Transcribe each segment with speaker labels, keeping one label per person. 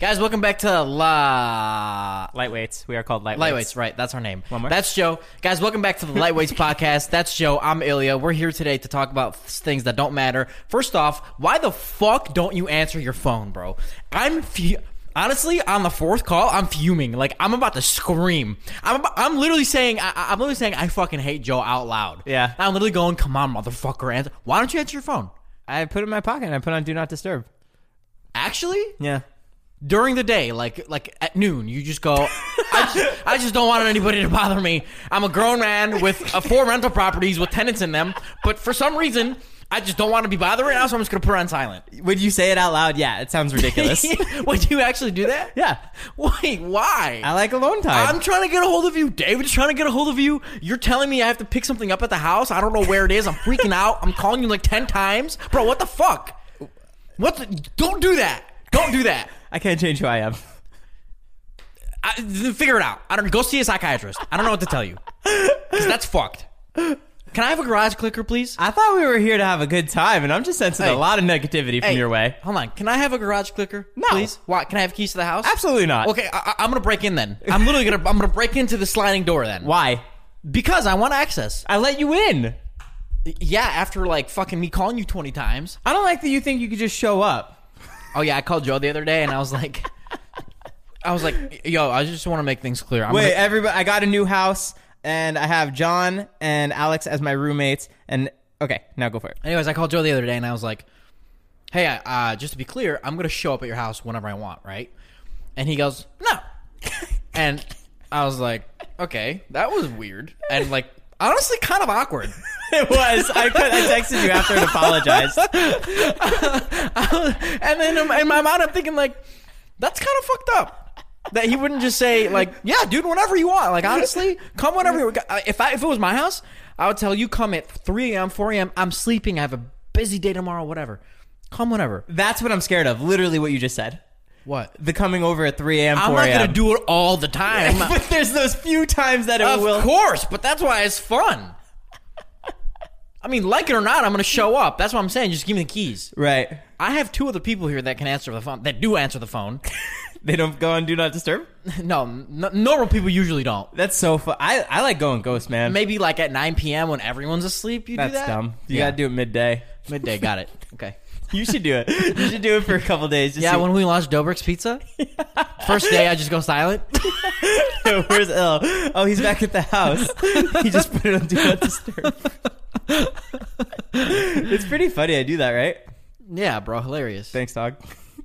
Speaker 1: Guys, welcome back to La
Speaker 2: Lightweights. We are called lightweights.
Speaker 1: Lightweights, right? That's our name.
Speaker 2: One more.
Speaker 1: That's Joe. Guys, welcome back to the Lightweights podcast. That's Joe. I'm Ilya. We're here today to talk about things that don't matter. First off, why the fuck don't you answer your phone, bro? I'm fu- honestly on the fourth call. I'm fuming. Like I'm about to scream. I'm ab- I'm literally saying I- I- I'm literally saying I fucking hate Joe out loud.
Speaker 2: Yeah.
Speaker 1: I'm literally going, come on, motherfucker, answer. Why don't you answer your phone?
Speaker 2: I put it in my pocket and I put on Do Not Disturb.
Speaker 1: Actually,
Speaker 2: Yeah.
Speaker 1: during the day, like like at noon, you just go. I just, I just don't want anybody to bother me. I'm a grown man with uh, four rental properties with tenants in them, but for some reason, I just don't want to be bothered right now, so I'm just gonna put it on silent.
Speaker 2: Would you say it out loud? Yeah, it sounds ridiculous.
Speaker 1: Would you actually do that?
Speaker 2: yeah.
Speaker 1: Wait, why?
Speaker 2: I like alone time.
Speaker 1: I'm trying to get a hold of you. David's trying to get a hold of you. You're telling me I have to pick something up at the house. I don't know where it is. I'm freaking out. I'm calling you like ten times, bro. What the fuck? What? The, don't do that. Don't do that.
Speaker 2: I can't change who I am.
Speaker 1: I, th- figure it out. I don't go see a psychiatrist. I don't know what to tell you. 'Cause that's fucked. Can I have a garage clicker, please?
Speaker 2: I thought we were here to have a good time, and I'm just sensing
Speaker 1: Hey.
Speaker 2: a lot of negativity from
Speaker 1: Hey,
Speaker 2: your way.
Speaker 1: Hold on. Can I have a garage clicker?
Speaker 2: No.
Speaker 1: Please. Why? Can I have keys to the house?
Speaker 2: Absolutely not.
Speaker 1: Okay. I, I- I'm gonna break in then. I'm literally gonna I'm gonna break into the sliding door then.
Speaker 2: Why?
Speaker 1: Because I want access.
Speaker 2: I let you in.
Speaker 1: Yeah. After like fucking me calling you 20 times.
Speaker 2: I don't like that you think you could just show up.
Speaker 1: Oh yeah. I called Joe the other day and I was like, I was like, yo, I just want to make things clear. I'm
Speaker 2: Wait,
Speaker 1: gonna-
Speaker 2: everybody, I got a new house, and I have John and Alex as my roommates. And okay, now go for it.
Speaker 1: Anyways, I called Joe the other day and I was like, "Hey, I- uh, just to be clear, I'm gonna show up at your house whenever I want, right?" And he goes, "No," and I was like, "Okay, that was weird," and like honestly, kind of awkward.
Speaker 2: It was. I, could, I texted you after and apologized.
Speaker 1: and then in my- in my mind, I'm thinking like, that's kind of fucked up. That he wouldn't just say like, "Yeah, dude, whenever you want." Like, honestly, come whenever you. uh, If I if it was my house, I would tell you come at 3 a.m., 4 a.m. I'm sleeping. I have a busy day tomorrow. Whatever, come whenever.
Speaker 2: That's what I'm scared of. Literally, what you just said.
Speaker 1: What?
Speaker 2: The coming over at 3 a.m.
Speaker 1: I'm
Speaker 2: 4
Speaker 1: not
Speaker 2: a.m.
Speaker 1: gonna do it all the time.
Speaker 2: But there's those few times that it
Speaker 1: of
Speaker 2: will.
Speaker 1: course, but that's why it's fun. I mean, like it or not, I'm gonna show up. That's what I'm saying. Just give me the keys.
Speaker 2: Right.
Speaker 1: I have two other people here that can answer the phone. That do answer the phone.
Speaker 2: They don't go on Do Not Disturb.
Speaker 1: no, n- normal people usually don't.
Speaker 2: That's so fun. I, I like going ghost, man.
Speaker 1: Maybe like at 9 p.m. when everyone's asleep, you
Speaker 2: That's
Speaker 1: do that.
Speaker 2: dumb. You
Speaker 1: yeah.
Speaker 2: gotta do it midday.
Speaker 1: midday. Got it. Okay.
Speaker 2: You should do it. You should do it for a couple days. Just
Speaker 1: Yeah,
Speaker 2: see-
Speaker 1: when we launched Dobrik's Pizza, first day I just go silent.
Speaker 2: where's L? Oh, he's back at the house. he just put it on Do Not Disturb. it's pretty funny. I do that, right?
Speaker 1: yeah, bro, hilarious.
Speaker 2: Thanks, dog.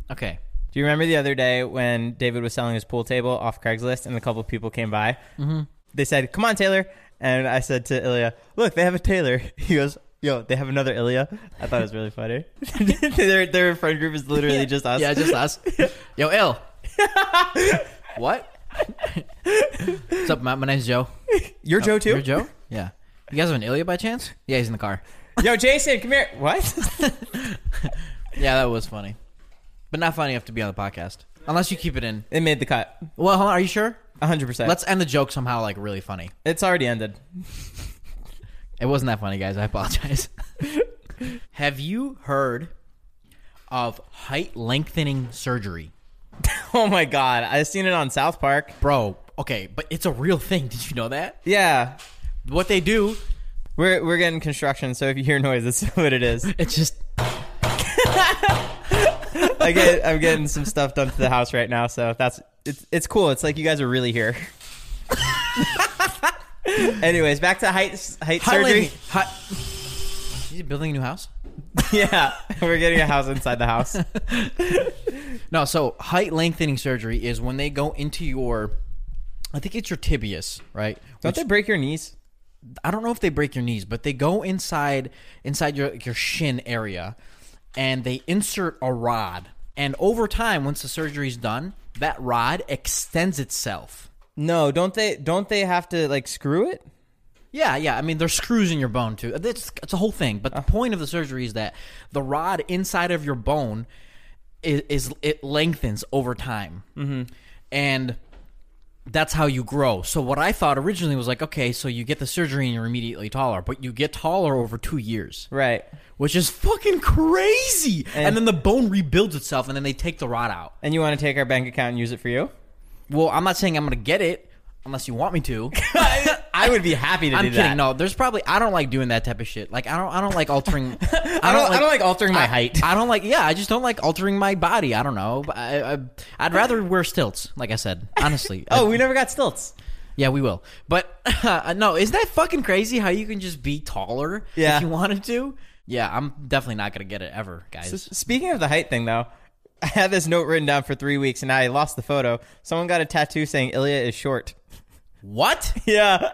Speaker 1: Okay.
Speaker 2: Do you remember the other day when David was selling his pool table off Craigslist and a couple people came by? Mm-hmm. They said, Come on, Taylor. And I said to Ilya, Look, they have a Taylor. He goes, Yo, they have another Ilya. I thought it was really funny. their, their friend group is literally just us.
Speaker 1: Yeah, just us. Yo, ill. what? What's up? My, my name's Joe.
Speaker 2: You're Joe, too?
Speaker 1: Oh, You're Joe? Yeah. You guys have an Ilya by chance? Yeah, he's in the car.
Speaker 2: Yo, Jason, come here. What?
Speaker 1: Yeah, that was funny, but not funny enough to be on the podcast. Unless you keep it in.
Speaker 2: it made the cut.
Speaker 1: Well, hold on, are you sure?
Speaker 2: 100%.
Speaker 1: Let's end the joke somehow like really funny.
Speaker 2: it's already ended.
Speaker 1: It wasn't that funny, guys. I apologize. have you heard of height lengthening surgery,
Speaker 2: Oh, my God. i seen it on South Park.
Speaker 1: bro? Okay, but it's a real thing. Did you know that?
Speaker 2: Yeah.
Speaker 1: What they do,
Speaker 2: We're, we're getting construction, so if you hear noise, that's what it is.
Speaker 1: it's just
Speaker 2: I get, I'm getting some stuff done to the house right now, so that's it's it's cool. It's like you guys are really here. Anyways, back to height
Speaker 1: height
Speaker 2: height surgery.
Speaker 1: lengthening. Hi- He's building a new house.
Speaker 2: yeah, we're getting a house inside the house.
Speaker 1: No, so height lengthening surgery is when they go into your, I think it's your tibius, right?
Speaker 2: Don't they break your knees?
Speaker 1: I don't know if they break your knees, but they go inside inside your your shin area, and they insert a rod, And over time, once the surgery's done, that rod extends itself.
Speaker 2: No, don't they? Don't they have to like screw it?
Speaker 1: Yeah, yeah. I mean, there's screws in your bone too. It's, it's a whole thing. But the point of the surgery is that the rod inside of your bone is, is it lengthens over time, mm-hmm. and that's how you grow. So what I thought originally was like, okay, so you get the surgery and you're immediately taller, but you get taller over two years,
Speaker 2: Right.
Speaker 1: which is fucking crazy. And, then the bone rebuilds itself, and then they take the rod out.
Speaker 2: And you want to take our bank account and use it for you?
Speaker 1: Well, I'm not saying I'm gonna get it unless you want me to.
Speaker 2: I would be happy to
Speaker 1: I'm
Speaker 2: do
Speaker 1: kidding.
Speaker 2: that.
Speaker 1: No, there's probably I don't like doing that type of shit. Like I don't I don't like altering. I don't,
Speaker 2: I don't. I don't like altering my
Speaker 1: I-
Speaker 2: height.
Speaker 1: I don't like. Yeah, I just don't like altering my body. I don't know. But I, I I'd rather wear stilts. Like I said, honestly.
Speaker 2: oh,
Speaker 1: I-
Speaker 2: we never got stilts.
Speaker 1: yeah, we will. But no, is that fucking crazy? How you can just be taller
Speaker 2: Yeah.
Speaker 1: if you wanted to? Yeah, I'm definitely not gonna get it ever, guys.
Speaker 2: Speaking of the height thing, though, I had this note written down for three weeks, and I lost the photo. Someone got a tattoo saying Ilya is short.
Speaker 1: what?
Speaker 2: Yeah.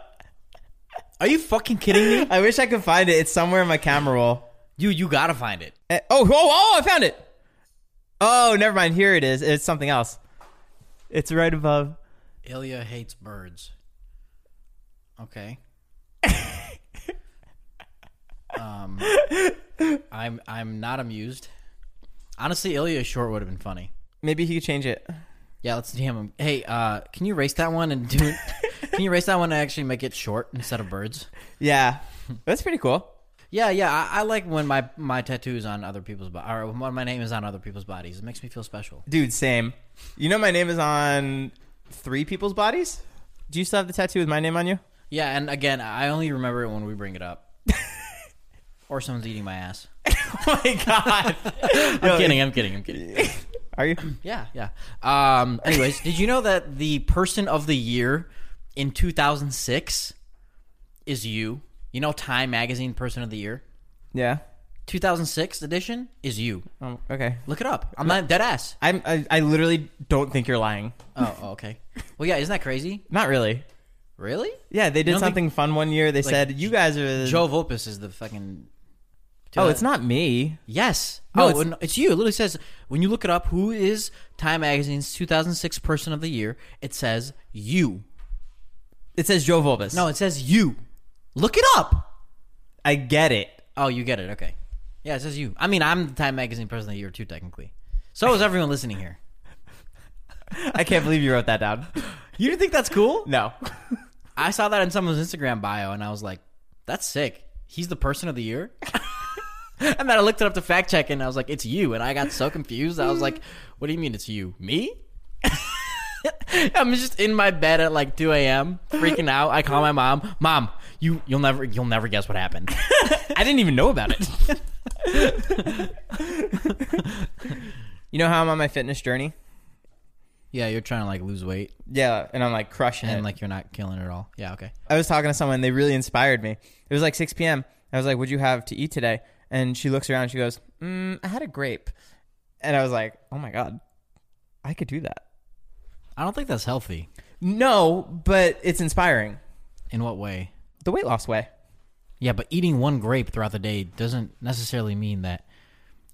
Speaker 1: Are you fucking kidding me?
Speaker 2: I wish I could find it. It's somewhere in my camera roll.
Speaker 1: You you gotta find it.
Speaker 2: Eh, Oh, oh, oh, I found it. Oh, never mind. Here it is. It's something else. It's right above.
Speaker 1: Ilya hates birds. Okay. um, I'm I'm not amused. Honestly, Ilya short would have been funny.
Speaker 2: Maybe he could change it.
Speaker 1: Yeah, let's DM him. Hey, uh, can you erase that one and do? can you erase that one and actually make it short instead of birds?
Speaker 2: Yeah. That's pretty cool.
Speaker 1: Yeah, yeah. I, I like when my my tattoo is on other people's bo- or when my name is on other people's bodies. It makes me feel special.
Speaker 2: Dude, same. You know my name is on three people's bodies? Do you still have the tattoo with my name on you?
Speaker 1: Yeah, and again, I only remember it when we bring it up, or someone's eating my ass.
Speaker 2: Oh my god.
Speaker 1: I'm kidding. I'm kidding. I'm kidding.
Speaker 2: Are you?
Speaker 1: Yeah, yeah. Um, anyways, did you know that the person of the year in 2006 is you? You know, Time Magazine Person of the Year,
Speaker 2: Yeah.
Speaker 1: 2006 edition is you.
Speaker 2: Um, okay.
Speaker 1: Look it up. I'm not dead ass.
Speaker 2: I'm, I I literally don't think you're lying.
Speaker 1: Oh, oh, okay. Well, yeah. Isn't that crazy?
Speaker 2: Not really.
Speaker 1: Really?
Speaker 2: Yeah, they did
Speaker 1: don't think-
Speaker 2: something fun one year. They said you guys are the-
Speaker 1: Joe Vulpes is the fucking.
Speaker 2: Oh, it's not me.
Speaker 1: Yes.
Speaker 2: No,
Speaker 1: oh,
Speaker 2: it's-
Speaker 1: it's, it's you. It literally says when you look it up, who is Time Magazine's 2006 Person of the Year? It says you.
Speaker 2: It says Joe Volvis.
Speaker 1: No, it says you. Look it up.
Speaker 2: I get it.
Speaker 1: Oh, you get it. Okay. Yeah, it says you. I mean, I'm the Time Magazine Person of the Year too, technically. So is everyone listening here.
Speaker 2: I can't believe you wrote that down.
Speaker 1: You didn't think that's cool?
Speaker 2: No.
Speaker 1: I saw that in someone's Instagram bio, and I was like, "That's sick. He's the Person of the Year." and then I looked it up to fact check, and I was like, "It's you." And I got so confused. I was like, "What do you mean it's you? Me?" I'm just in my bed at like 2 a.m. freaking out. I call my mom. Mom, you you'll never you'll never guess what happened.
Speaker 2: I didn't even know about it. you know how I'm on my fitness journey?
Speaker 1: yeah, you're trying to like lose weight,
Speaker 2: Yeah, and I'm like crushing
Speaker 1: and
Speaker 2: it.
Speaker 1: like you're not killing it all. Yeah, okay.
Speaker 2: I was talking to someone, they really inspired me. It was like 6 p.m. I was like, "What'd you have to eat today?" And she looks around, and she goes, mm, "I had a grape," and I was like, "Oh my god, I could do that."
Speaker 1: I don't think that's healthy.
Speaker 2: No, but it's inspiring.
Speaker 1: In what way?
Speaker 2: The weight loss way.
Speaker 1: Yeah, but eating one grape throughout the day doesn't necessarily mean that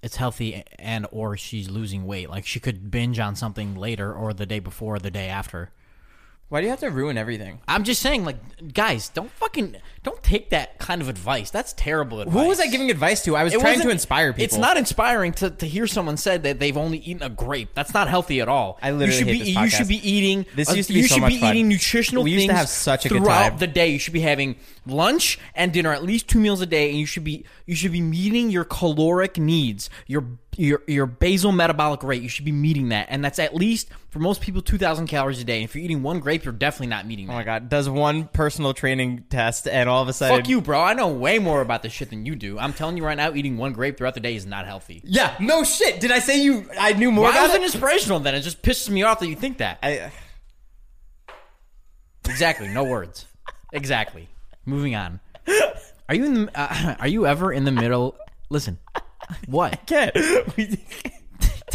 Speaker 1: it's healthy and or she's losing weight. Like she could binge on something later or the day before or the day after.
Speaker 2: Why do you have to ruin everything?
Speaker 1: I'm just saying like guys, don't fucking don't take that kind of advice. That's terrible advice.
Speaker 2: Who was I giving advice to? I was
Speaker 1: It
Speaker 2: trying to
Speaker 1: wasn't-
Speaker 2: inspire people.
Speaker 1: It's not inspiring to, to hear someone said that they've only eaten a grape. That's not healthy at all.
Speaker 2: I literally
Speaker 1: you should
Speaker 2: hate
Speaker 1: be
Speaker 2: this
Speaker 1: you
Speaker 2: podcast.
Speaker 1: should be eating
Speaker 2: This
Speaker 1: uh,
Speaker 2: used to be
Speaker 1: you
Speaker 2: so
Speaker 1: should
Speaker 2: much
Speaker 1: be
Speaker 2: fun.
Speaker 1: eating nutritional
Speaker 2: We
Speaker 1: things
Speaker 2: used to have such a good
Speaker 1: throughout
Speaker 2: time.
Speaker 1: the day. You should be having lunch and dinner, at least two meals a day, and you should be you should be meeting your caloric needs, your your your basal metabolic rate. You should be meeting that, and that's at least for most people two thousand calories a day. If you're eating one grape, you're definitely not meeting that.
Speaker 2: Oh my god, does one personal training test and all of a sudden
Speaker 1: Fuck you, bro. I know way more about this shit than you do. I'm telling you right now, eating one grape throughout the day is not healthy.
Speaker 2: Yeah, no shit. Did I say you I knew more
Speaker 1: Why
Speaker 2: about
Speaker 1: was it
Speaker 2: it?
Speaker 1: inspirational then? It just pisses me off that you think that.
Speaker 2: I
Speaker 1: Exactly. No words. Exactly. Moving on. Are you in the, uh, are you ever in the middle? Listen. What?
Speaker 2: can't. We-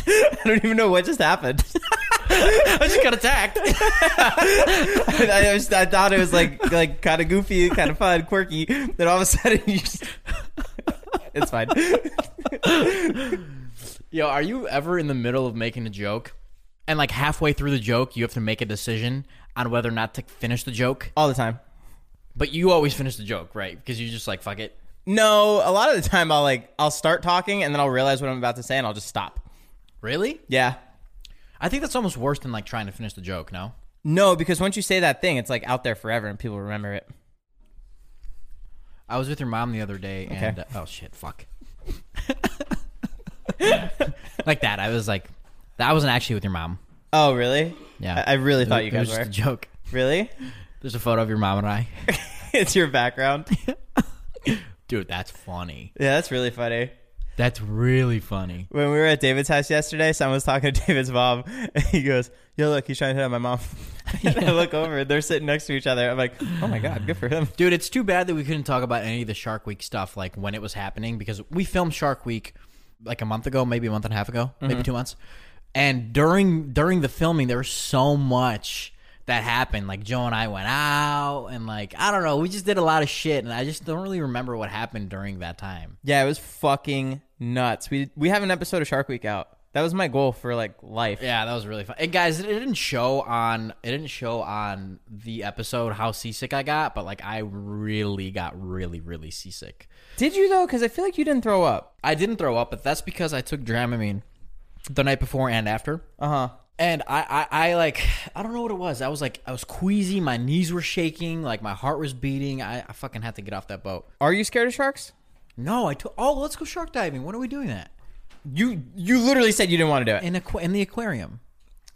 Speaker 2: I don't even know what just happened.
Speaker 1: I just got attacked.
Speaker 2: I, was, I thought it was like like kind of goofy, kind of fun, quirky. Then all of a sudden, you just, it's fine.
Speaker 1: Yo, are you ever in the middle of making a joke, and like halfway through the joke, you have to make a decision on whether or not to finish the joke?
Speaker 2: all the time.
Speaker 1: But you always finish the joke, right? Because you just like fuck it.
Speaker 2: No, a lot of the time I'll like I'll start talking and then I'll realize what I'm about to say and I'll just stop.
Speaker 1: Really?
Speaker 2: Yeah.
Speaker 1: I think that's almost worse than like trying to finish the joke. No.
Speaker 2: No, because once you say that thing, it's like out there forever and people remember it.
Speaker 1: I was with your mom the other day, and uh, oh shit, fuck. like that, I was like, I wasn't actually with your mom.
Speaker 2: Oh, really?
Speaker 1: Yeah.
Speaker 2: I, I really thought you
Speaker 1: It was
Speaker 2: guys
Speaker 1: just
Speaker 2: were.
Speaker 1: a joke.
Speaker 2: Really?
Speaker 1: There's a photo of your mom and I.
Speaker 2: it's your background.
Speaker 1: Dude, that's funny.
Speaker 2: Yeah, that's really funny.
Speaker 1: That's really funny.
Speaker 2: When we were at David's house yesterday, someone was talking to David's mom, and he goes, "Yo, look, he's trying to hit on my mom." and I look over, and they're sitting next to each other. I'm like, "Oh my god, good for him."
Speaker 1: Dude, it's too bad that we couldn't talk about any of the Shark Week stuff, like when it was happening, because we filmed Shark Week like a month ago, maybe a month and a half ago, maybe two months. And during during the filming, there was so much that happened. Like Joe and I went out, and like I don't know, we just did a lot of shit, and I just don't really remember what happened during that time.
Speaker 2: Yeah, it was fucking nuts. We we have an episode of Shark Week out. That was my goal for like life.
Speaker 1: Yeah, that was really fun. And guys, it didn't show on it didn't show on the episode how seasick I got, but like I really got really really seasick.
Speaker 2: Did you though? Because I feel like you didn't throw up.
Speaker 1: I didn't throw up, but that's because I took Dramamine the night before and after.
Speaker 2: Uh huh.
Speaker 1: And I, I, I like, I don't know what it was. I was like, I was queasy. My knees were shaking. Like my heart was beating. I, I fucking had to get off that boat.
Speaker 2: Are you scared of sharks?
Speaker 1: No, I took. Oh, let's go shark diving. When are we doing that?
Speaker 2: You you literally said you didn't want to do it.
Speaker 1: In aqua- in the aquarium.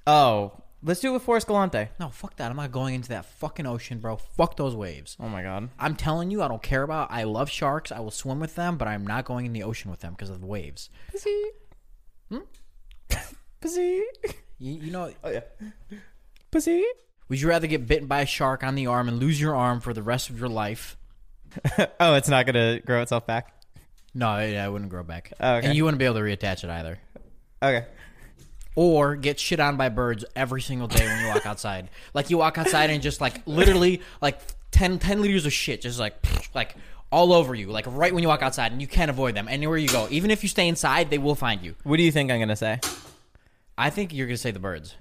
Speaker 2: Oh, let's do it with Forrest Galante.
Speaker 1: No, fuck that. I'm not going into that fucking ocean, bro. Fuck those waves.
Speaker 2: Oh my god.
Speaker 1: I'm telling you, I don't care about. I love sharks. I will swim with them, but I'm not going in the ocean with them because of the waves.
Speaker 2: Pussy. Hmm? Pussy.
Speaker 1: You, you know,
Speaker 2: Oh, Pussy.
Speaker 1: would you rather get bitten by a shark on the arm and lose your arm for the rest of your life?
Speaker 2: Oh, it's not gonna grow itself back.
Speaker 1: No, it, it wouldn't grow back.
Speaker 2: Oh, okay.
Speaker 1: And you wouldn't be able to reattach it either.
Speaker 2: Okay.
Speaker 1: Or get shit on by birds every single day when you walk outside. Like you walk outside and just like literally like 10, 10 liters of shit just like like all over you, like right when you walk outside, and you can't avoid them anywhere you go. Even if you stay inside, they will find you.
Speaker 2: What do you think I'm gonna say?
Speaker 1: I think you're gonna say the birds.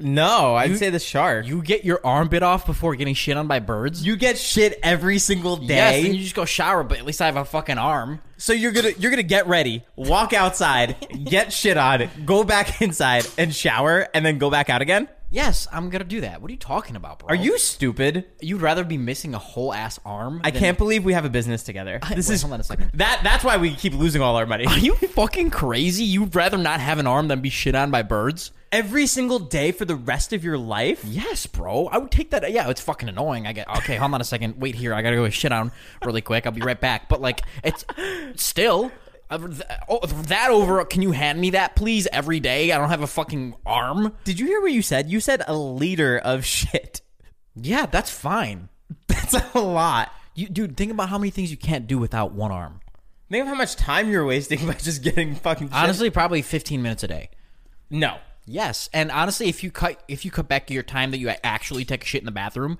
Speaker 2: No, I'd say the shark.
Speaker 1: You get your arm bit off before getting shit on by birds.
Speaker 2: You get shit every single
Speaker 1: yes,
Speaker 2: day.
Speaker 1: and you just go shower, but at least I have a fucking arm.
Speaker 2: so you're gonna you're gonna get ready, walk outside, get shit on, go back inside and shower, and then go back out again.
Speaker 1: Yes, I'm gonna do that. What are you talking about, bro?
Speaker 2: Are you stupid?
Speaker 1: You'd rather be missing a whole ass arm?
Speaker 2: I can't believe we have a business together. This
Speaker 1: wait,
Speaker 2: is
Speaker 1: hold on a second.
Speaker 2: that that's why we keep losing all our money.
Speaker 1: Are you fucking crazy? You'd rather not have an arm than be shit on by birds?
Speaker 2: Every single day for the rest of your life?
Speaker 1: Yes, bro. I would take that. Yeah, it's fucking annoying. I get okay. Hold on a second. Wait here. I gotta go shit on really quick. I'll be right back. But like, it's still. I would- Oh, that over. Can you hand me that, please? Every day, I don't have a fucking arm.
Speaker 2: Did you hear what you said? You said a liter of shit.
Speaker 1: Yeah, that's fine.
Speaker 2: That's a lot.
Speaker 1: You, dude, think about how many things you can't do without one arm.
Speaker 2: Think of how much time you're wasting by just getting fucking shit.
Speaker 1: Honestly, probably 15 minutes a day.
Speaker 2: no.
Speaker 1: Yes, and honestly, if you cut if you cut back your time that you actually take a shit in the bathroom,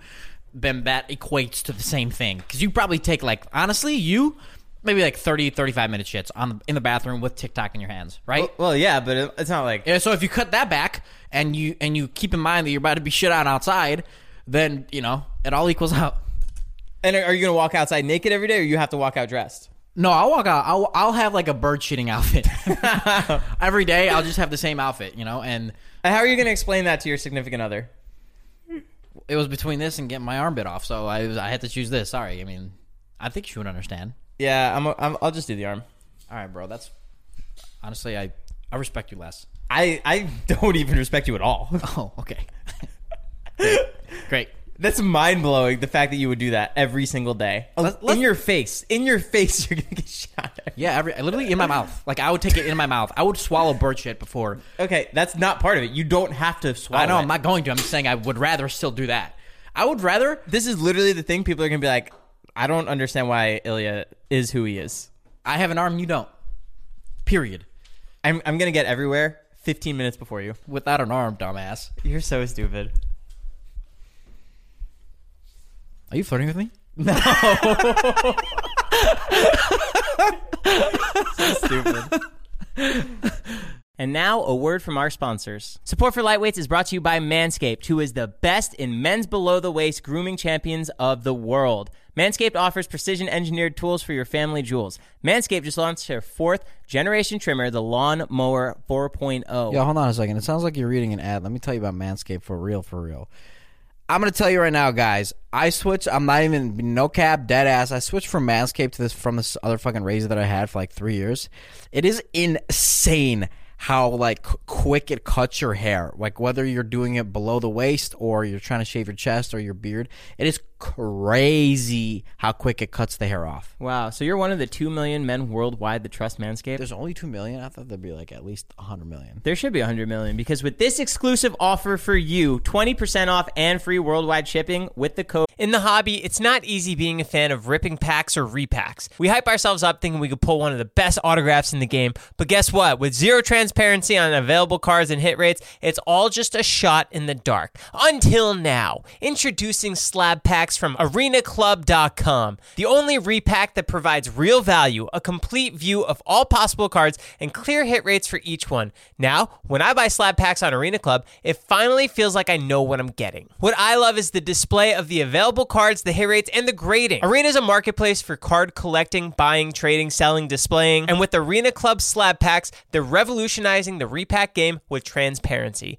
Speaker 1: then that equates to the same thing because you probably take like honestly you maybe like 30, 35 minute shits on the, in the bathroom with TikTok in your hands, right?
Speaker 2: Well, yeah, but it- it's not like
Speaker 1: Yeah, so if you cut that back and you and you keep in mind that you're about to be shit on outside, then you know it all equals out.
Speaker 2: And are are you gonna walk outside naked every day, or you have to walk out dressed?
Speaker 1: No, I'll walk out. I'll, I'll have like a bird shitting outfit every day. I'll just have the same outfit, you know. And
Speaker 2: And How are you gonna explain that to your significant other?
Speaker 1: it was between this and getting my arm bit off, so I was, I had to choose this. Sorry, I mean, I think she would understand.
Speaker 2: Yeah, I'm. A, I'm I'll just do the arm.
Speaker 1: All right, bro. That's honestly, I I respect you less.
Speaker 2: I I don't even respect you at all.
Speaker 1: Oh, okay. Great.
Speaker 2: That's mind blowing. The fact that you would do that every single day,
Speaker 1: Let's- Uh, let's-
Speaker 2: in your face, in your face, you're gonna get shot. at.
Speaker 1: Yeah, every literally in my mouth. Like I would take it in my mouth. I would swallow bird shit before.
Speaker 2: Okay, that's not part of it. You don't have to swallow.
Speaker 1: I know
Speaker 2: it.
Speaker 1: I'm not going to. I'm just saying I would rather still do that. I would rather.
Speaker 2: This is literally the thing. People are gonna be like, I don't understand why Ilya is who he is.
Speaker 1: I have an arm, you don't. Period.
Speaker 2: I'm I'm gonna get everywhere 15 minutes before you.
Speaker 1: Without an arm, dumbass.
Speaker 2: You're so stupid.
Speaker 1: Are you flirting with me?
Speaker 2: Stupid. And now, a word from our sponsors. Support for Lightweights is brought to you by Manscaped, who is the best in men's below the waist grooming champions of the world. Manscaped offers precision engineered tools for your family jewels. Manscaped just launched their fourth generation trimmer, the Lawn Mower 4.0.
Speaker 1: Yeah, hold on a second. It sounds like you're reading an ad. Let me tell you about Manscaped for real, for real. I'm gonna tell you right now, guys. I switched. I'm not even no cap, dead ass. I switched from Manscaped to this from this other fucking razor that I had for like three years. It is insane how like qu- quick it cuts your hair. Like whether you're doing it below the waist or you're trying to shave your chest or your beard, it is crazy how quick it cuts the hair off.
Speaker 2: Wow, so you're one of the 2 million men worldwide that trust Manscaped?
Speaker 1: There's only two million. I thought there'd be like at least hundred million.
Speaker 2: There should be 100 million because with this exclusive offer for you, 20% off and free worldwide shipping with the code. In the hobby, it's not easy being a fan of ripping packs or repacks. We hype ourselves up thinking we could pull one of the best autographs in the game, but guess what? With zero transparency on available cards and hit rates, it's all just a shot in the dark. Until now, introducing slab packs from arenaclub.com, the only repack that provides real value, a complete view of all possible cards, and clear hit rates for each one. Now, when I buy slab packs on Arena Club, it finally feels like I know what I'm getting. What I love is the display of the available cards, the hit rates, and the grading. Arena is a marketplace for card collecting, buying, trading, selling, displaying, and with Arena Club slab packs, they're revolutionizing the repack game with transparency.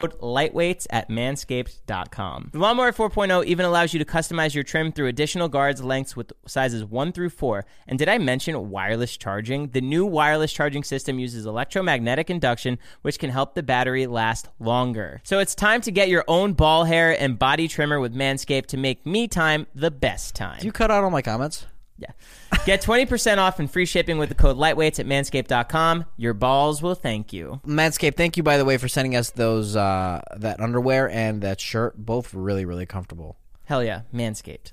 Speaker 2: Lightweights at manscaped.com. The Lawnmower 4.0 even allows you to customize your trim through additional guards lengths with sizes 1 through 4. And did I mention wireless charging? The new wireless charging system uses electromagnetic induction, which can help the battery last longer. So it's time to get your own ball hair and body trimmer with Manscaped to make me time the best time.
Speaker 1: Do you cut out all my comments?
Speaker 2: Yeah. Get 20% off and free shipping with the code lightweights at manscaped.com. Your balls will thank you.
Speaker 1: Manscaped, thank you by the way for sending us those uh, that underwear and that shirt. Both really really comfortable.
Speaker 2: Hell yeah, Manscaped.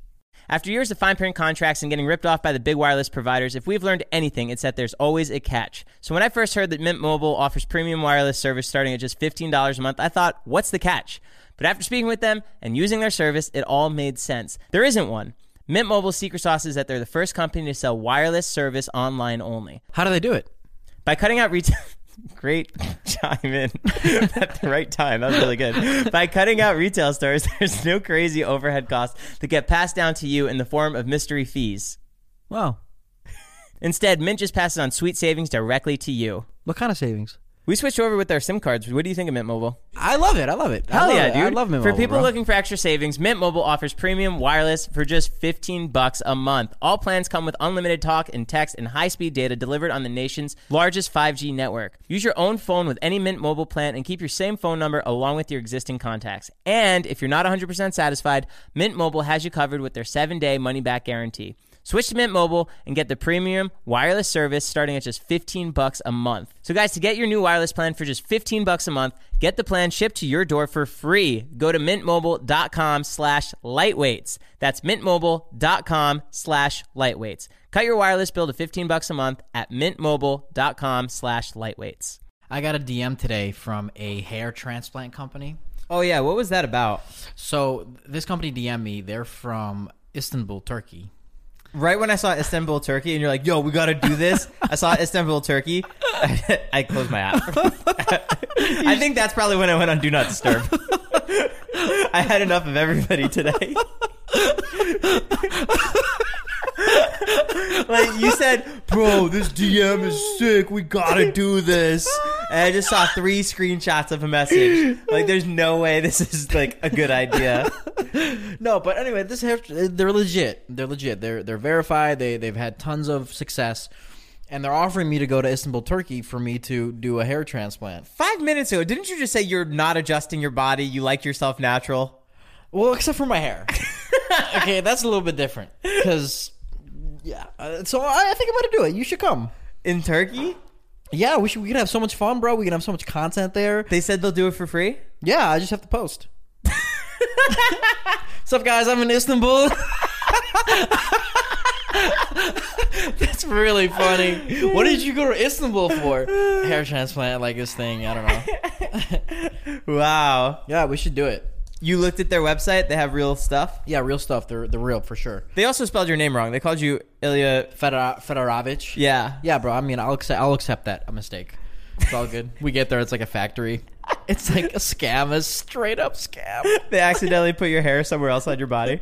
Speaker 2: After years of fine print contracts and getting ripped off by the big wireless providers, if we've learned anything, it's that there's always a catch. So when I first heard that Mint Mobile offers premium wireless service starting at just $15 a month, I thought, what's the catch? But after speaking with them and using their service, it all made sense. There isn't one. Mint Mobile's secret sauce is that they're the first company to sell wireless service online only.
Speaker 1: How do they do it?
Speaker 2: By cutting out retail. Great chime in at the right time. That was really good. By cutting out retail stores, there's no crazy overhead costs that get passed down to you in the form of mystery fees.
Speaker 1: Wow.
Speaker 2: Instead, Mint just passes on sweet savings directly to you.
Speaker 1: What kind of savings?
Speaker 2: We switched over with our SIM cards. What do you think of Mint Mobile?
Speaker 1: I love it. I love it. I
Speaker 2: Hell
Speaker 1: love
Speaker 2: yeah,
Speaker 1: it.
Speaker 2: dude!
Speaker 1: I love Mint
Speaker 2: For
Speaker 1: Mobile,
Speaker 2: people
Speaker 1: bro.
Speaker 2: looking for extra savings, Mint Mobile offers premium wireless for just 15 bucks a month. All plans come with unlimited talk and text and high-speed data delivered on the nation's largest 5G network. Use your own phone with any Mint Mobile plan and keep your same phone number along with your existing contacts. And if you're not 100% satisfied, Mint Mobile has you covered with their 7-day money-back guarantee. Switch to Mint Mobile and get the premium wireless service starting at just 15 bucks a month. So guys, to get your new wireless plan for just 15 bucks a month, get the plan shipped to your door for free. Go to mintmobile.com slash lightweights. That's mintmobile.com slash lightweights. Cut your wireless bill to 15 bucks a month at mintmobile.com slash lightweights.
Speaker 1: I got a DM today from a hair transplant company.
Speaker 2: Oh yeah, what was that about?
Speaker 1: So this company DM me. They're from Istanbul, Turkey.
Speaker 2: Right when I saw Istanbul, Turkey, and you're like, yo, we gotta do this. I saw Istanbul, Turkey. I closed my app. I think that's probably when I went on Do Not Disturb. I had enough of everybody today. like you said, bro, this DM is sick. We gotta do this. And I just saw three screenshots of a message. Like, there's no way this is like a good idea.
Speaker 1: No, but anyway, this hair they're legit. They're legit. They're they're verified. They they've had tons of success, and they're offering me to go to Istanbul, Turkey, for me to do a hair transplant.
Speaker 2: Five minutes ago, didn't you just say you're not adjusting your body? You like yourself natural?
Speaker 1: Well, except for my hair. okay, that's a little bit different because yeah. uh, So I, I think I'm gonna do it. You should come.
Speaker 2: In Turkey?
Speaker 1: Yeah, we should. We can have so much fun, bro. We can have so much content there.
Speaker 2: They said they'll do it for free?
Speaker 1: Yeah, I just have to post. What's up, guys? I'm in Istanbul. That's really funny. What did you go to Istanbul for? Hair transplant, like this thing. I don't know.
Speaker 2: Wow.
Speaker 1: Yeah, we should do it.
Speaker 2: You looked at their website, they have real stuff.
Speaker 1: Yeah, real stuff. They're they're real for sure.
Speaker 2: They also spelled your name wrong. They called you Ilya.
Speaker 1: Fedor, Fedorovich.
Speaker 2: Yeah.
Speaker 1: yeah, bro. I mean, I'll accept. I'll accept that a mistake. It's all good. we get there. It's like a factory. It's like a scam, a straight up scam.
Speaker 2: They accidentally put your hair somewhere else on your body.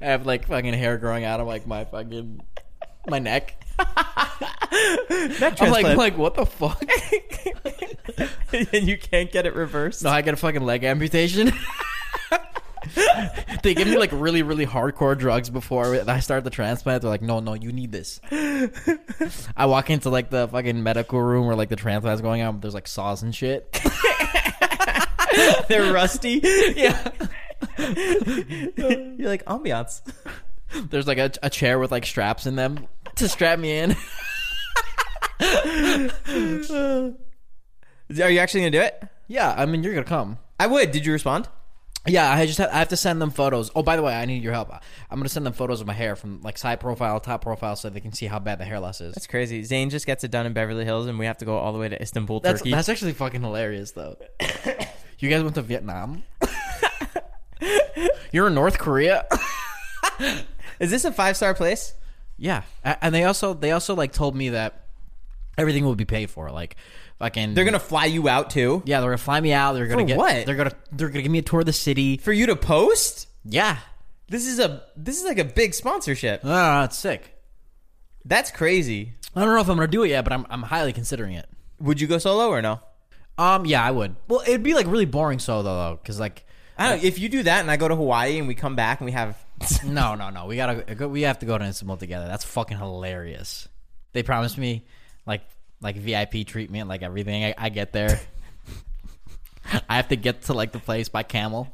Speaker 1: I have like fucking hair growing out of like my fucking my neck. I'm like,
Speaker 2: transplant.
Speaker 1: like what the fuck?
Speaker 2: and you can't get it reversed.
Speaker 1: no, I get a fucking leg amputation. they give me like really, really hardcore drugs before I start the transplant. They're like, no, no, you need this. I walk into like the fucking medical room where like the transplant's going on. But there's like saws and shit.
Speaker 2: They're rusty.
Speaker 1: yeah.
Speaker 2: You're like, ambiance.
Speaker 1: There's like a, a chair with like straps in them to strap me in.
Speaker 2: Are you actually going to do it?
Speaker 1: yeah, I mean, you're gonna come.
Speaker 2: I would. Did you respond?
Speaker 1: Yeah, I just have, I have to send them photos. Oh, by the way, I need your help. I- I'm gonna send them photos of my hair from like side profile, top profile, so they can see how bad the hair loss is.
Speaker 2: It's crazy. Zane just gets it done in Beverly Hills, and we have to go all the way to Istanbul,
Speaker 1: That's
Speaker 2: Turkey.
Speaker 1: that's actually fucking hilarious though. you guys went to Vietnam. You're in North Korea.
Speaker 2: Is this a five star place?
Speaker 1: yeah, A- and they also they also like told me that everything will be paid for. Like, fucking,
Speaker 2: They're gonna fly you out too
Speaker 1: yeah, they're gonna fly me out. They're gonna
Speaker 2: For
Speaker 1: get
Speaker 2: what?
Speaker 1: They're gonna they're gonna give me a tour of the city.
Speaker 2: for you to post.
Speaker 1: Yeah,
Speaker 2: This is a this is like a big sponsorship.
Speaker 1: ah, it's sick.
Speaker 2: That's crazy.
Speaker 1: I don't know if I'm gonna do it yet, but I'm I'm highly considering it.
Speaker 2: Would you go solo or no?
Speaker 1: Um, yeah, I would. Well, it'd be like really boring solo though, because like,
Speaker 2: I don't. know. If you do that, and I go to Hawaii, and we come back, and we have
Speaker 1: no, no, no, we gotta go, we have to go to Istanbul together. That's fucking hilarious. They promised me like like VIP treatment, like everything. I, I get there, I have to get to like the place by camel.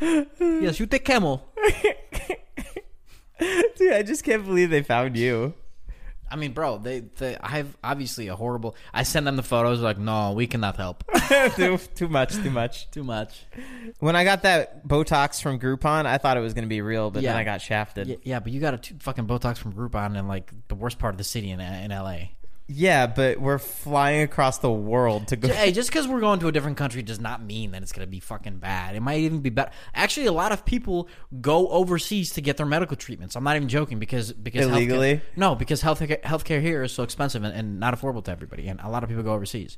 Speaker 1: yes, you take camel.
Speaker 2: dude, I just can't believe they found you.
Speaker 1: I mean, bro, they, they I have obviously a horrible. I send them the photos. Like, no, we cannot help.
Speaker 2: too, too much, too much.
Speaker 1: Too much.
Speaker 2: When I got that Botox from Groupon, I thought it was gonna be real, but
Speaker 1: Yeah.
Speaker 2: then I got shafted.
Speaker 1: Yeah,
Speaker 2: Yeah,
Speaker 1: yeah, but you got a two fucking Botox from Groupon in like the worst part of the city in, in LA.
Speaker 2: but we're flying across the world to go.
Speaker 1: hey, just because we're going to a different country does not mean that it's going to be fucking bad. It might even be better. Actually, a lot of people go overseas to get their medical treatments. I'm not even joking because because healthcare-
Speaker 2: Illegally?
Speaker 1: no, because health healthcare here is so expensive and, and not affordable to everybody, and a lot of people go overseas.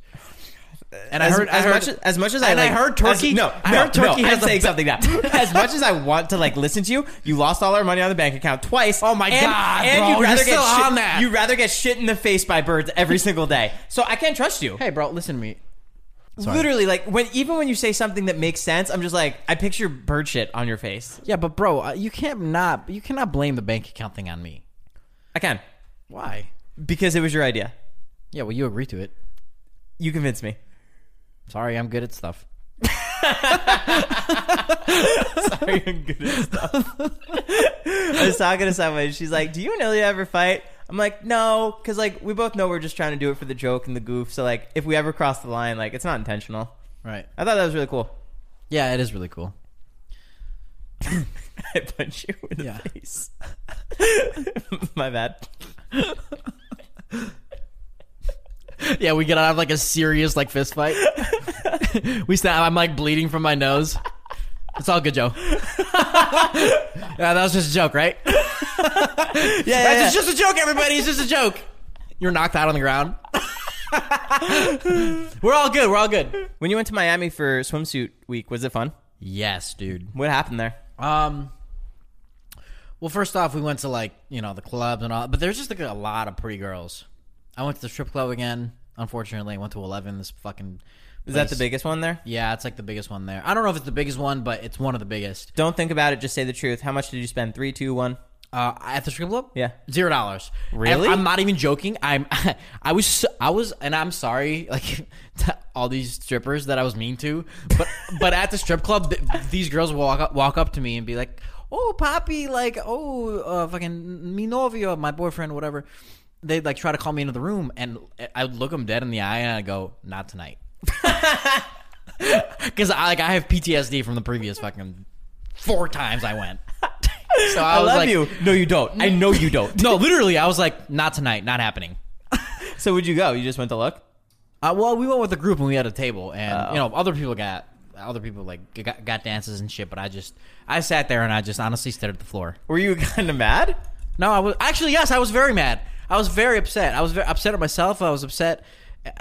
Speaker 1: And
Speaker 2: as,
Speaker 1: I heard
Speaker 2: as
Speaker 1: I heard,
Speaker 2: much as, as much as I
Speaker 1: and I
Speaker 2: like-
Speaker 1: heard Turkey.
Speaker 2: as- no,
Speaker 1: I
Speaker 2: no,
Speaker 1: heard Turkey
Speaker 2: no,
Speaker 1: has
Speaker 2: I'm
Speaker 1: the
Speaker 2: saying
Speaker 1: be-
Speaker 2: something now. as much as I want to like listen to you, you lost all our money on the bank account twice.
Speaker 1: Oh my
Speaker 2: and,
Speaker 1: God,
Speaker 2: And
Speaker 1: bro,
Speaker 2: you'd
Speaker 1: you're
Speaker 2: rather
Speaker 1: still
Speaker 2: get shit,
Speaker 1: on that.
Speaker 2: You'd rather get shit in the face by birds every single day. So I can't trust you.
Speaker 1: Hey, bro, listen to me.
Speaker 2: Literally, like when even when you say something that makes sense, I'm just like I picture bird shit on your face.
Speaker 1: Yeah, but bro, uh, you can't not you cannot blame the bank account thing on me.
Speaker 2: I can
Speaker 1: Why?
Speaker 2: because it was your idea.
Speaker 1: Yeah, well, you agree to it.
Speaker 2: You convinced me.
Speaker 1: Sorry, I'm good at stuff.
Speaker 2: I'm good at stuff. I was talking to someone. and She's like, "Do you and Ilya ever fight?" I'm like, "No," because like we both know we're just trying to do it for the joke and the goof. So like, if we ever cross the line, like it's not intentional.
Speaker 1: Right.
Speaker 2: I thought that was really cool.
Speaker 1: Yeah, it is really cool.
Speaker 2: I punch you in the
Speaker 1: Yeah.
Speaker 2: face. My bad.
Speaker 1: Yeah, we get out of like a serious like fist fight. we snap. I'm like bleeding from my nose. It's all good, Joe. yeah, that was just a joke, right?
Speaker 2: Yeah, yeah,
Speaker 1: That's
Speaker 2: yeah.
Speaker 1: It's just a joke, everybody. It's just a joke. You're knocked out on the ground. We're all good. We're all good.
Speaker 2: when you went to Miami for swimsuit week, was it fun?
Speaker 1: Yes, dude.
Speaker 2: What happened there?
Speaker 1: Um. Well, first off, we went to like you know the clubs and all, but there's just like a lot of pretty girls. I went to the strip club again. Unfortunately, I went to Eleven. This fucking
Speaker 2: Is that the biggest one there?
Speaker 1: Yeah, it's like the biggest one there. I don't know if it's the biggest one, but it's one of the biggest.
Speaker 2: Don't think about it. Just say the truth. How much did you spend? Three, two, one.
Speaker 1: Uh, at the strip club,
Speaker 2: Yeah.
Speaker 1: zero dollars.
Speaker 2: Really?
Speaker 1: And I'm not even joking. I'm, I was, so- I was, and I'm sorry, like to all these strippers that I was mean to, but but at the strip club, th- these girls will walk up, walk up to me and be like, "Oh, papi, like, oh, uh, fucking mi novio, my boyfriend, whatever." They like try to call me into the room, and I would look them dead in the eye, and I go, "Not tonight," because I like I have PTSD from the previous fucking four times I went. So I,
Speaker 2: I,
Speaker 1: was
Speaker 2: love
Speaker 1: like,
Speaker 2: you. No, you don't. I know you don't.
Speaker 1: no, literally, I was like, not tonight, not happening.
Speaker 2: so would you go? You just went to look.
Speaker 1: Uh, well, we went with a group and we had a table, and you know, other people got other people like g- got, got dances and shit. But I just, I sat there and I just honestly stared at the floor.
Speaker 2: Were you kind of mad?
Speaker 1: No, I was actually yes, I was very mad. I was very upset. I was very upset at myself. I was upset.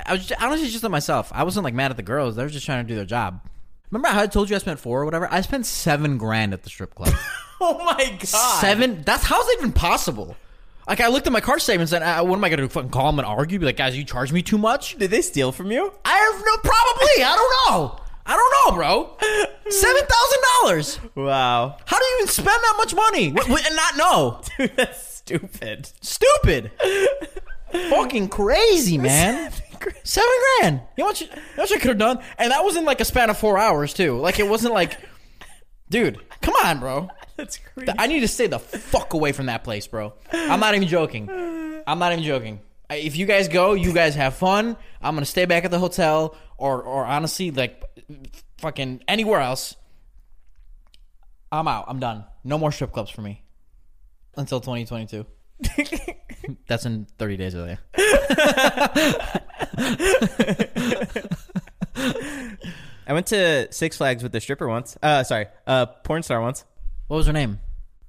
Speaker 1: I was just, honestly just at myself. I wasn't like mad at the girls. They were just trying to do their job. Remember how I told you I spent four or whatever? I spent seven grand at the strip club.
Speaker 2: Oh my god!
Speaker 1: Seven? That's how's that even possible? Like I looked at my car statements and I, what am I gonna do? Fucking call them and argue? Be like, guys, you charge me too much?
Speaker 2: Did they steal from you?
Speaker 1: I have no probably. I don't know. I don't know, bro. Seven thousand dollars.
Speaker 2: Wow,
Speaker 1: How do you even spend that much money w- w- and not know?
Speaker 2: dude, that's stupid.
Speaker 1: Stupid. Fucking crazy, man. Seven grand. You know what you, you, know what you could have done? And that was in like a span of four hours too. Like it wasn't like, dude, come on, bro.
Speaker 2: That's crazy.
Speaker 1: Th- I need to stay the fuck away from that place, bro. I'm not even joking. I'm not even joking. I- If you guys go, you guys have fun. I'm gonna stay back at the hotel, or or honestly, like fucking anywhere else. I'm out. I'm done. No more strip clubs for me until 2022. That's in 30 days earlier.
Speaker 2: I went to Six Flags with a stripper once. Uh, sorry, uh, porn star once.
Speaker 1: What was her name?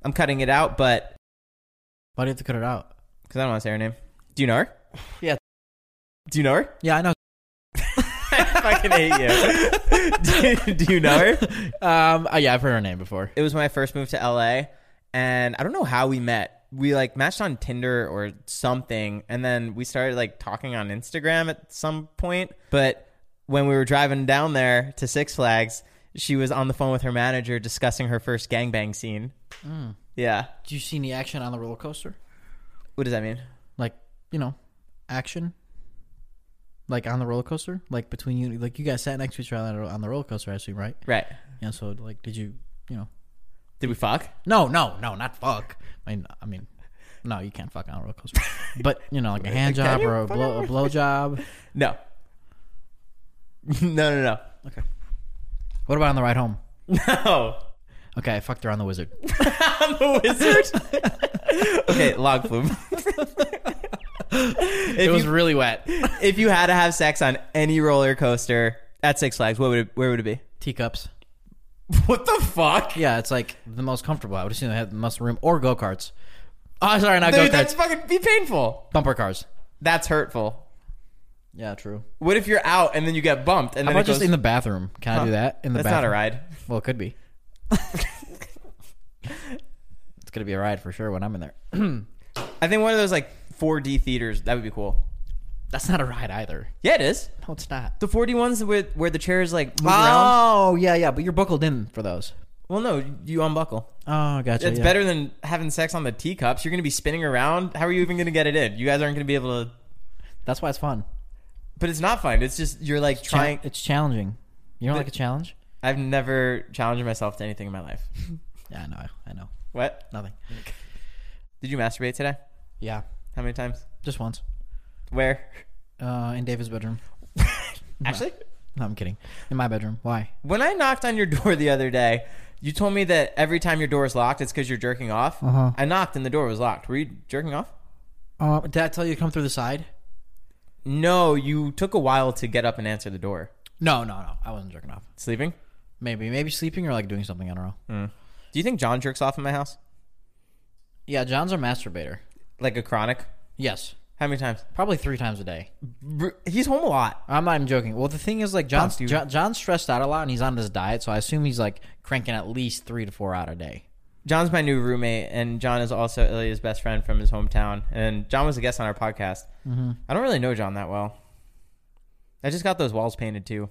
Speaker 2: I'm cutting it out, but
Speaker 1: Why do you have to cut it out?
Speaker 2: because I don't want to say her name. Do you know her?
Speaker 1: Yeah.
Speaker 2: Do you know her?
Speaker 1: Yeah, I know.
Speaker 2: I fucking hate you. do, do you know her?
Speaker 1: Um, uh, yeah, I've heard her name before.
Speaker 2: It was my first move to LA, and I don't know how we met. We like matched on Tinder or something, and then we started like talking on Instagram at some point. But when we were driving down there to Six Flags, she was on the phone with her manager discussing her first gangbang scene. Yeah.
Speaker 1: Do you see any action on the roller coaster?
Speaker 2: What does that mean?
Speaker 1: like you know action like on the roller coaster like between you like you guys sat next to each other on the roller coaster i assume right
Speaker 2: Right.
Speaker 1: yeah so like did you you know
Speaker 2: Did we fuck?
Speaker 1: no no no not fuck i mean i mean no you can't fuck on a roller coaster but you know like a hand
Speaker 2: Can
Speaker 1: job
Speaker 2: you
Speaker 1: or a
Speaker 2: fuck
Speaker 1: blow,
Speaker 2: on
Speaker 1: a blow job
Speaker 2: No. no, no, no.
Speaker 1: what about on the ride home
Speaker 2: No.
Speaker 1: okay i fucked her on the wizard
Speaker 2: I'm the wizard. okay, log plume.
Speaker 1: it
Speaker 2: if,
Speaker 1: was
Speaker 2: you,
Speaker 1: really wet
Speaker 2: if you had to have sex on any roller coaster at Six Flags, what would it, where would it be?
Speaker 1: teacups
Speaker 2: What the fuck?
Speaker 1: yeah it's like the most comfortable i would assume they had the most room or go-karts oh sorry not
Speaker 2: Dude,
Speaker 1: go-karts
Speaker 2: that's fucking be painful.
Speaker 1: bumper cars
Speaker 2: That's hurtful.
Speaker 1: Yeah, true.
Speaker 2: What if you're out and then you get bumped and
Speaker 1: How
Speaker 2: then
Speaker 1: about
Speaker 2: it goes,
Speaker 1: just in the bathroom? Can I do that in the
Speaker 2: That's
Speaker 1: bathroom?
Speaker 2: not a ride.
Speaker 1: Well, it could be. it's gonna be a ride for sure when I'm in there.
Speaker 2: I think one of those like 4D theaters that would be cool.
Speaker 1: That's not a ride either.
Speaker 2: Yeah, it is.
Speaker 1: No, it's not.
Speaker 2: The 4D ones where where the chairs like move around.
Speaker 1: Oh yeah, yeah, but you're buckled in for those.
Speaker 2: Well, no, you unbuckle.
Speaker 1: Oh, gotcha.
Speaker 2: It's better than having sex on the teacups. You're going to be spinning around. How are you even going to get it in? You guys aren't going to be able to.
Speaker 1: That's why it's fun.
Speaker 2: But it's not fun. It's just you're like trying.
Speaker 1: it's challenging. You don't like a challenge?
Speaker 2: I've never challenged myself to anything in my life.
Speaker 1: Yeah, I know. I know.
Speaker 2: What?
Speaker 1: Nothing.
Speaker 2: Did you masturbate today?
Speaker 1: Yeah,
Speaker 2: How many times?
Speaker 1: just once.
Speaker 2: Where?
Speaker 1: Uh, in David's bedroom.
Speaker 2: Actually,
Speaker 1: No, I'm kidding. In my bedroom. Why?
Speaker 2: when I knocked on your door the other day, you told me that every time your door is locked, it's because you're jerking off.
Speaker 1: Uh-huh.
Speaker 2: I knocked and the door was locked. Were you jerking off?
Speaker 1: Uh, did I tell you to come through the side?
Speaker 2: No, you took a while to get up and answer the door.
Speaker 1: No, no, no. I wasn't jerking off.
Speaker 2: Sleeping?
Speaker 1: Maybe, maybe sleeping or like doing something. I don't know.
Speaker 2: Do you think John jerks off in my house?
Speaker 1: Yeah, John's a masturbator.
Speaker 2: Like a chronic?
Speaker 1: Yes,
Speaker 2: How many times?
Speaker 1: probably three times a day.
Speaker 2: Br- He's home a lot.
Speaker 1: I'm not even joking. Well, the thing is, like John's
Speaker 2: dude.
Speaker 1: John, John's stressed out a lot, and he's on this diet, so I assume he's like cranking at least three to four out a day.
Speaker 2: John's my new roommate, and John is also Ilya's best friend from his hometown. And John was a guest on our podcast.
Speaker 1: Mm-hmm.
Speaker 2: I don't really know John that well. I just got those walls painted too.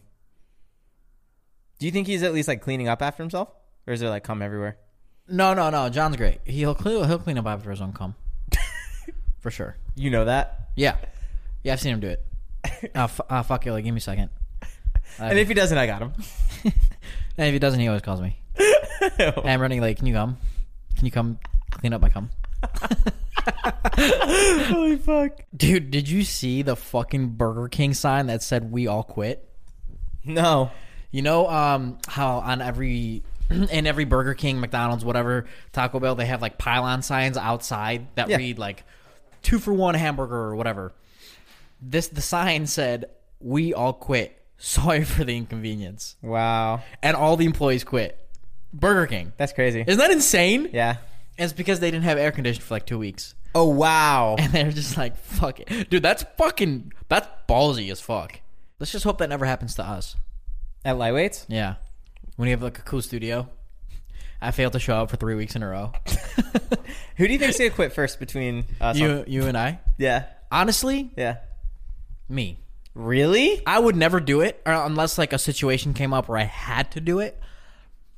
Speaker 2: Do you think he's at least like cleaning up after himself, or is there like cum everywhere?
Speaker 1: No, no, no. John's great. He'll clean, he'll clean up after his own cum, for sure.
Speaker 2: You know that.
Speaker 1: Yeah, yeah. I've seen him do it. Oh, f- oh fuck you! Like, give me a second.
Speaker 2: And if he doesn't, I got him.
Speaker 1: And if he doesn't, he always calls me. And I'm running late. Can you come? Can you come clean up my cum?
Speaker 2: Holy fuck!
Speaker 1: Dude, did you see the fucking Burger King sign that said "We all quit"?
Speaker 2: No,
Speaker 1: You know um, how on every in every Burger King, McDonald's, whatever, Taco Bell, they have like pylon signs outside that
Speaker 2: Yeah.
Speaker 1: read like two for one hamburger or whatever. This the sign said, "We all quit. Sorry for the inconvenience,"
Speaker 2: wow,
Speaker 1: and all the employees quit. Burger King.
Speaker 2: that's crazy.
Speaker 1: Isn't that insane?
Speaker 2: Yeah.
Speaker 1: It's because they didn't have air conditioning for like two weeks,
Speaker 2: Oh wow.
Speaker 1: and they're just like, "Fuck it, dude. That's fucking that's ballsy as fuck." Let's just hope that never happens to us.
Speaker 2: At lightweights,
Speaker 1: Yeah. When you have like a cool studio. I failed to show up for three weeks in a row.
Speaker 2: who do you think's gonna quit first between us?
Speaker 1: you you and I?
Speaker 2: Yeah.
Speaker 1: Honestly,
Speaker 2: Yeah.
Speaker 1: me.
Speaker 2: Really?
Speaker 1: I would never do it or unless like a situation came up where I had to do it.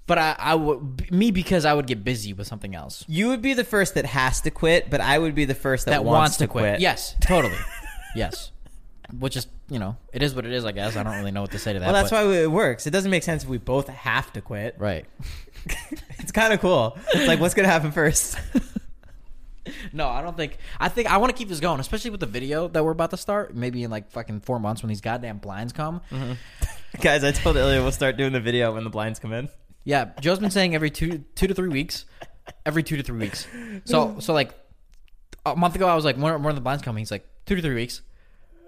Speaker 1: But I, I would me because I would get busy with something else
Speaker 2: You would be the first that has to quit, but I would be the first that,
Speaker 1: that wants, to quit. Yes, totally. yes, which is you know it is what it is. I guess I don't really know what to say to that.
Speaker 2: Well, that's why it works. It doesn't make sense if we both have to quit.
Speaker 1: Right.
Speaker 2: It's kind of cool. It's like, what's going to happen first?
Speaker 1: No, I don't think. I think I want to keep this going, especially with the video that we're about to start. Maybe in like fucking four months when these goddamn blinds come.
Speaker 2: Guys, I told Ilya we'll start doing the video when the blinds come in.
Speaker 1: Yeah, Joe's been saying every two two to three weeks, every two to three weeks. So so like a month ago, I was like, when are, when are the blinds coming? He's like two to three weeks,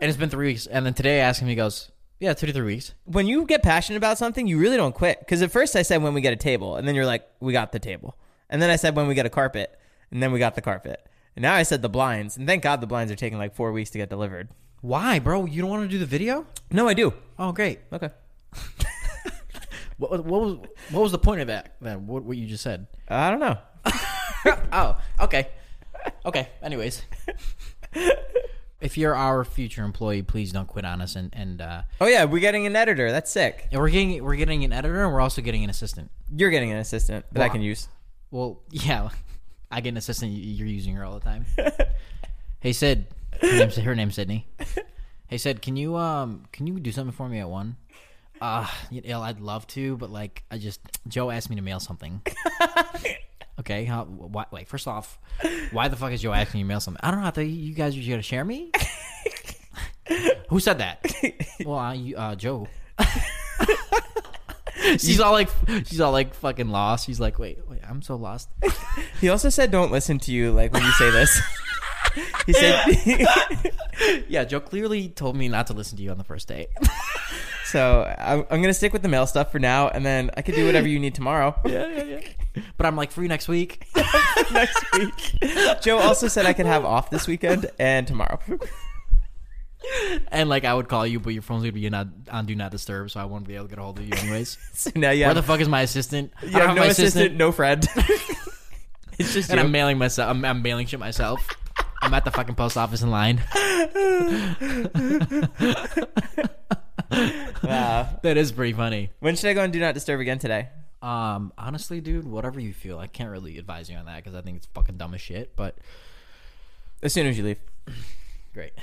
Speaker 1: and it's been three weeks. And then today, I asked him, he goes, yeah, two to three weeks.
Speaker 2: When you get passionate about something, you really don't quit. Because at first I said, when we get a table. And then you're like, we got the table. And then I said, when we get a carpet. And then we got the carpet. And now I said the blinds. And thank God the blinds are taking like four weeks to get delivered.
Speaker 1: Why, bro? You don't want to do the video?
Speaker 2: No, I do.
Speaker 1: Oh, great.
Speaker 2: Okay.
Speaker 1: What, what, what was what was the point of that? Then what what you just said?
Speaker 2: I don't know.
Speaker 1: oh, okay, okay. Anyways. If you're our future employee, please don't quit on us, and and uh,
Speaker 2: Oh, yeah, we're getting an editor. That's sick.
Speaker 1: and we're getting we're getting an editor, and we're also getting an assistant.
Speaker 2: You're getting an assistant that I
Speaker 1: Wow.
Speaker 2: can use.
Speaker 1: Well, yeah, I get an assistant. y- You're using her all the time. hey Sid, her name's, her name's Sydney. Hey Sid, can you um can you do something for me at one? Uh, you know, I'd love to, but like I just Joe asked me to mail something. okay, how, why, wait. First off, why the fuck is Joe asking you to mail something? I don't know. I thought you guys were gonna share me. Who said that? well, uh, you, uh, Joe. she's all like, she's all like fucking lost. She's like, wait, wait, I'm so lost.
Speaker 2: He also said, "Don't listen to you." Like when you say this, he said.
Speaker 1: Yeah, Joe clearly told me not to listen to you on the first date.
Speaker 2: so I'm, I'm gonna stick with the mail stuff for now, and then I could do whatever you need tomorrow.
Speaker 1: yeah, yeah, yeah. But I'm like free next week.
Speaker 2: Next week, Joe also said I could have off this weekend and tomorrow.
Speaker 1: and like I would call you, but your phone's gonna be not on do not disturb, so I won't be able to get a hold of you anyways.
Speaker 2: So now you
Speaker 1: Where
Speaker 2: have,
Speaker 1: the fuck is my assistant? I
Speaker 2: you
Speaker 1: don't
Speaker 2: have
Speaker 1: have
Speaker 2: no
Speaker 1: my
Speaker 2: assistant, no friend. it's just
Speaker 1: and
Speaker 2: you.
Speaker 1: I'm mailing myself. I'm, I'm mailing shit myself. I'm at the fucking post office in line.
Speaker 2: wow.
Speaker 1: That is pretty funny.
Speaker 2: When should I go and do not disturb again today?
Speaker 1: Um, honestly, dude, whatever you feel, I can't really advise you on that because I think it's fucking dumb as shit. But
Speaker 2: As soon as you leave.
Speaker 1: great.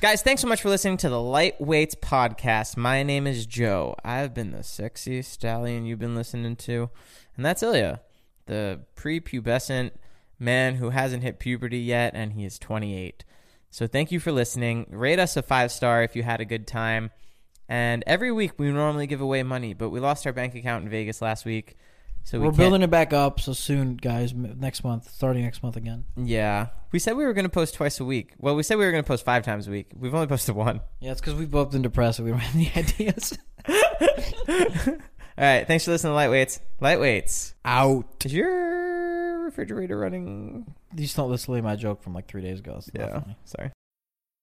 Speaker 2: Guys, thanks so much for listening to the Lightweights podcast. My name is Joe. I've been the sexy stallion you've been listening to, and that's Ilya, the prepubescent man who hasn't hit puberty yet, and he is 28. So thank you for listening. Rate us a five star if you had a good time. And every week we normally give away money, but we lost our bank account in Vegas last week, so we
Speaker 3: We're
Speaker 2: can't-
Speaker 3: building it back up, so soon, guys. m- Next month, starting next month again.
Speaker 2: Yeah, we said we were going to post twice a week. Well, we said we were going to post five times a week. We've only posted one.
Speaker 3: Yeah, it's because we've both been depressed. and We don't have any ideas.
Speaker 2: All right, thanks for listening to Lightweights. Lightweights. Out. Is your refrigerator running?
Speaker 3: you just don't listen to my joke from like three days ago. It's not funny.
Speaker 2: Sorry.